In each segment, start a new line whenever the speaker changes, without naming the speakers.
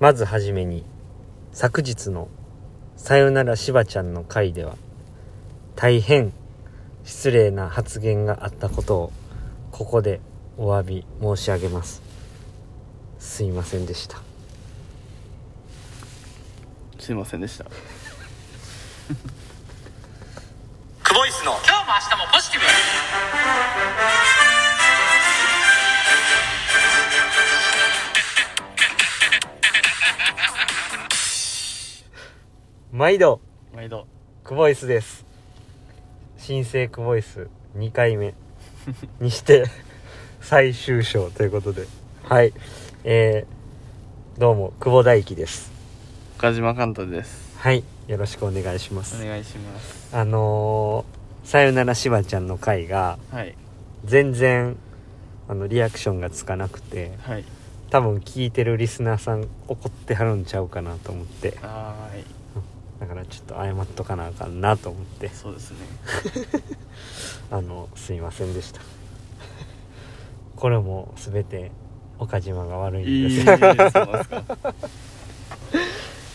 まずはじめに昨日の「さよならしばちゃん」の回では大変失礼な発言があったことをここでお詫び申し上げますすいませんでした
すいませんでした
クボイスの
今日も明日もポジティブ
毎度
毎度
クボイスです新生クボイス2回目にして 最終章ということではいえー、どうも久保大輝です
岡島寛太です
はいよろしくお願いします
お願いします
あのーさよならしばちゃん」の回が
はい
全然あのリアクションがつかなくて
はい
多分聞いてるリスナーさん怒ってはるんちゃうかなと思って
はーい
だからちょっと謝っとかなあかんなと思って
そうですね
あのすいませんでしたこれも全て岡島が悪いん
い
で
い
す
いそうです か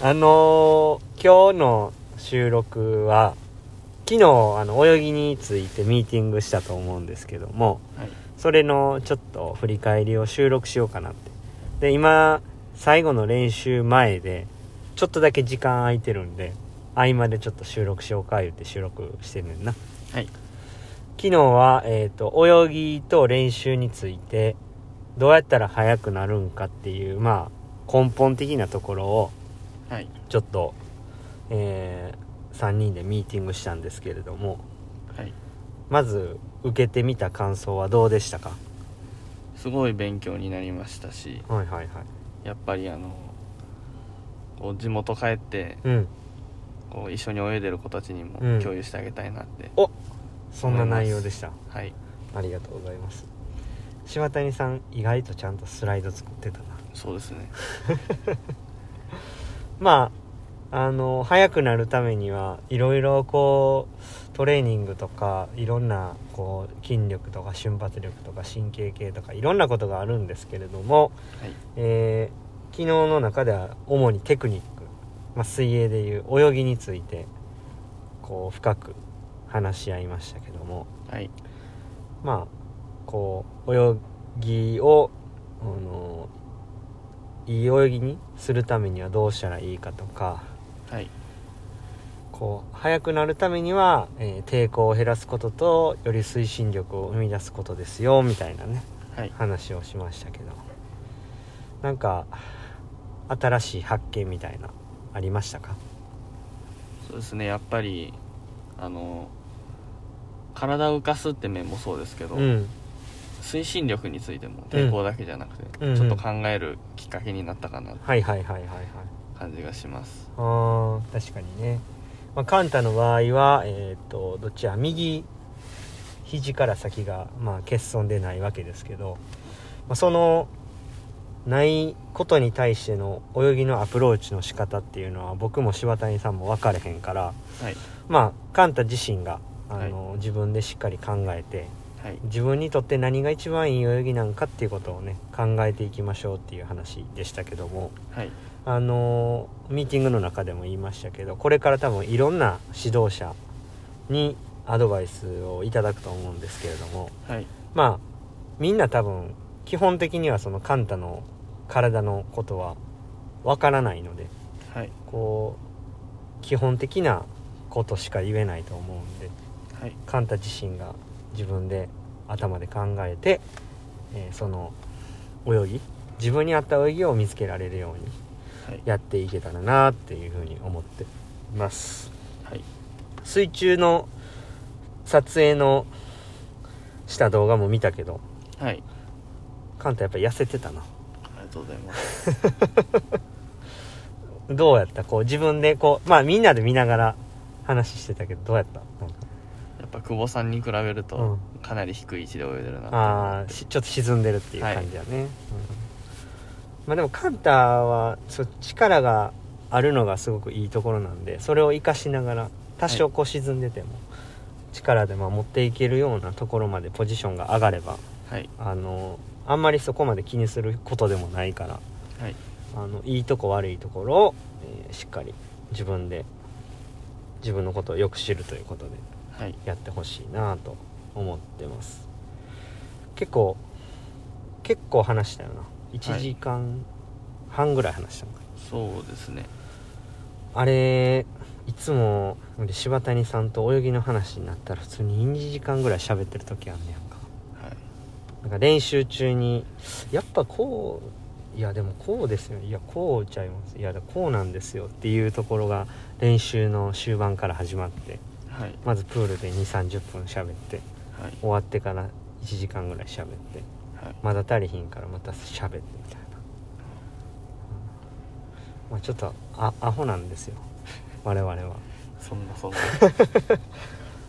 あのー今日の収録は昨日あの泳ぎについてミーティングしたと思うんですけども
はい
それのちょっと振り返りを収録しようかなってで今最後の練習前でちょっとだけ時間空いてるんで合間でちょっと収録しようか言って収録してんねんな
はい
昨日は、えー、と泳ぎと練習についてどうやったら速くなるんかっていうまあ根本的なところを
はい
ちょっと、え3人でミーティングしたんですけれども
はい
まず受けてみた感想はどうでしたか
すごい勉強になりましたし
はいはいはい
やっぱりあのこう地元帰って
うん
こう一緒に泳いでる子たちにも
うん
共有してあげたいなって、
そんな内容でした
はい
ありがとうございます柴谷さん意外とちゃんとスライド作ってたな
そうですね
まああの速くなるためにはいろいろこうトレーニングとかいろんなこう筋力とか瞬発力とか神経系とかいろんなことがあるんですけれども、
はい
えー昨日の中では主にテクニック、まあ、水泳でいう泳ぎについてこう深く話し合いましたけども
はい
まあこう泳ぎを、あのいい泳ぎにするためにはどうしたらいいかとか
はい
こう速くなるためには、えー抵抗を減らすこととより推進力を生み出すことですよみたいなね
はい
話をしましたけどなんか新しい発見みたいなありましたか
そうですねやっぱりあの体を浮かすって面もそうですけど、
うん
推進力についても抵抗だけじゃなくて、
うん
ちょっと考えるきっかけになったかなって
はいはいはいはいはい
感じがします、
あー確かにね、まあ、カンタの場合はえっ、とどっちや右肘から先が、まあ、欠損でないわけですけど、まあ、そのないことに対しての泳ぎのアプローチの仕方っていうのは僕も柴谷さんも分かれへんから
はい
まあカンタ自身があの、自分でしっかり考えて
はい
自分にとって何が一番いい泳ぎなんかっていうことをね考えていきましょうっていう話でしたけども
はい
あのーミーティングの中でも言いましたけどこれから多分いろんな指導者にアドバイスをいただくと思うんですけれども
はい
まあみんな多分基本的にはそのカンタの体のことはわからないので
はい
こう基本的なことしか言えないと思うんで
はい
カンタ自身が自分で頭で考えて、えーその泳ぎ自分に合った泳ぎを見つけられるように
はい
やっていけたらなっていうふうに思っています
はい
水中の撮影のした動画も見たけど
はい
カンタやっぱ痩せてたな
ありがとうございます
どうやったこう自分でこうまあみんなで見ながら話してたけどどうやったなんか
やっぱ久保さんに比べる
う
と
ん
かなり低い位置で泳いでるなって
あーしちょっと沈んでるっていう感じだね、うんまあでもカンタはそう力があるのがすごくいいところなんでそれを生かしながら多少こう沈んでても、力で守っていけるようなところまでポジションが上がれば
はい
あのあんまりそこまで気にすることでもないから
はい
あのいいとこ悪いところを、えーしっかり自分で自分のことをよく知るということで
はい
やってほしいなと思ってます結構結構話したよな1時間半ぐらい話したのかな、
そうですね
あれいつも俺柴谷さんと泳ぎの話になったら普通に2時間ぐらい喋ってる時あんねやんか
はい
なんか練習中にやっぱこういやでもこうですよねいやこうちゃいますいやだこうなんですよっていうところが練習の終盤から始まって
はい
まずプールで2 3 0分喋って
はい
終わってから1時間ぐらい喋って
はい
まだ足りひんからまた喋ってみたいな、まあ、ちょっとあアホなんですよ 我々は
そん なそんな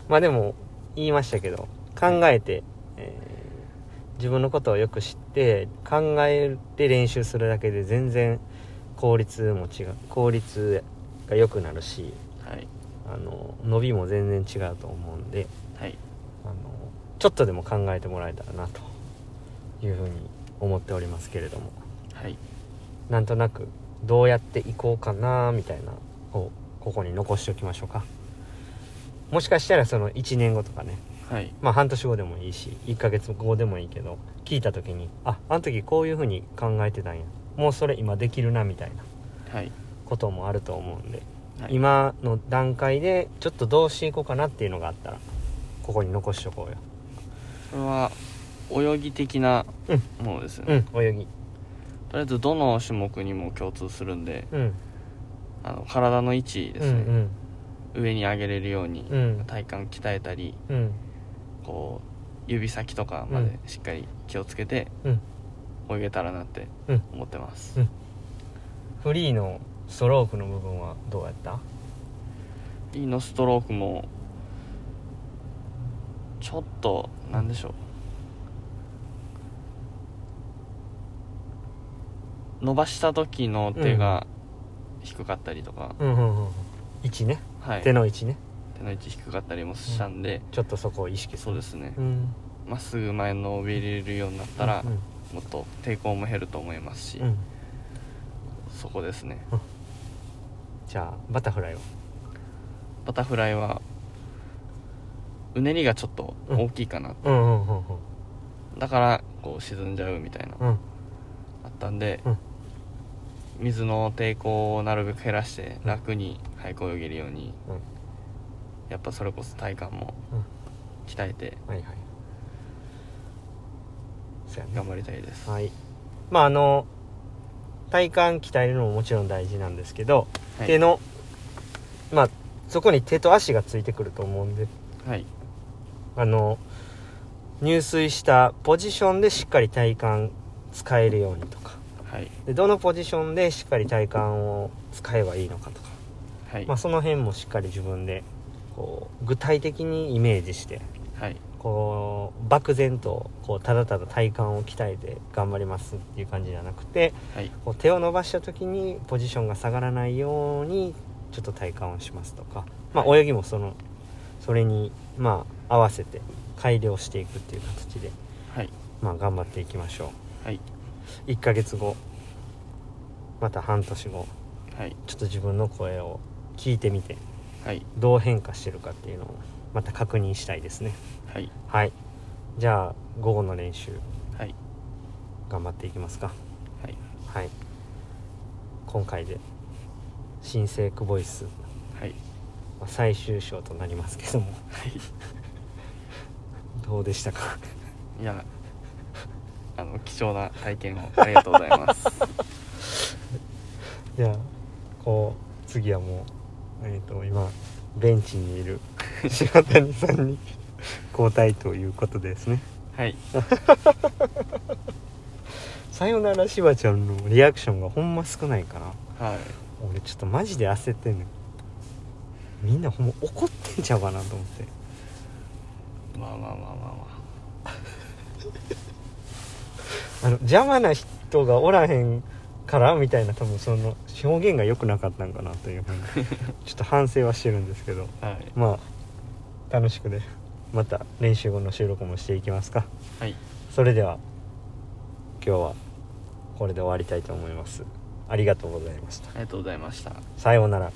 まあでも言いましたけど考えて、えー自分のことをよく知って考えて練習するだけで全然効率も違う効率が良くなるし
はい
あの伸びも全然違うと思うんで
はい
あのちょっとでも考えてもらえたらなというふうに思っておりますけれども
はい
なんとなくどうやっていこうかなみたいなをここに残しておきましょうかもしかしたらその1年後とかね
はい
まあ半年後でもいいし1ヶ月後でもいいけど聞いた時にああの時こういうふうに考えてたんやもうそれ今できるなみたいな
はい
こともあると思うんで、
はい
今の段階でちょっとどうしていこうかなっていうのがあったらここに残しておこうよ
これは泳ぎ的な
うん
ものですよね、
うん泳ぎ
とりあえずどの種目にも共通するんで
うん
あの体の位置ですね、
うん
上に上げれるように、
うん
体幹鍛えたり
うんうん
こう指先とかまでしっかり気をつけて
うん
泳げたらなって
うん
思ってます、
うんフリーのストロークの部分はどうやった
リーのストロークもちょっとなんでしょう伸ばした時の手が低かったりとか、
うんうんうん位置ね、
はい、
手の位置ね
手の位置低かったりもしたんで、
ちょっとそこを意識す
そう
る
ですね
うん
まっすぐ前の伸びれるようになったら、
うん
もっと抵抗も減ると思いますし、
うん
そこですね
じゃあバタフライを
バタフライはうねりがちょっと大きいかな、
うんうんうんうん
だからこう沈んじゃうみたいな、
うん
あったんで、
うん
水の抵抗をなるべく減らして楽に早く泳げるように
うん
やっぱそれこそ体幹も
う
鍛えて
んはいはいそうや
頑
ね
張りたいです、
はいまああの体幹鍛えるのももちろん大事なんですけど、
はい
手のまあそこに手と足がついてくると思うんで
はい
あの入水したポジションでしっかり体幹使えるようにとか
はい
でどのポジションでしっかり体幹を使えばいいのかとか、
はい
まあ、その辺もしっかり自分でこう具体的にイメージして
はい
こう漠然とこうただただ体幹を鍛えて頑張りますっていう感じじゃなくて
はい
こう手を伸ばした時にポジションが下がらないようにちょっと体幹をしますとか、まあ、
は
泳ぎもそのそれにまあ合わせて改良していくっていう形で、
はい
まあ、頑張っていきましょ
はい、
う1ヶ月後また半年後
はい
ちょっと自分の声を聞いてみて
はい
どう変化してるかっていうのをまた確認したいですね
はい
はいじゃあ午後の練習
はい
頑張っていきますか
はい
はい今回で新生クボイス
はい
まあ最終章となりますけどもどうでしたか
いや あの貴重な体験をありがとうございます
じゃあこう次はもうえっ、と今ベンチにいる白谷さんに交代ということですね
はい
さよならしばちゃんのリアクションがほんま少ないから
はい
俺ちょっとマジで焦ってんねんみんなほんま怒ってんちゃうかなと思って
まあまあまあまあま
あの邪魔な人がおらへんからみたいな多分その表現が良くなかったんかなというふうにちょっと反省はしてるんですけど
あはい
まあ楽しくねまた練習後の収録もしていきますか
はい
それでは今日はこれで終わりたいと思います
ありがとうございました
ありがとうございました
さようなら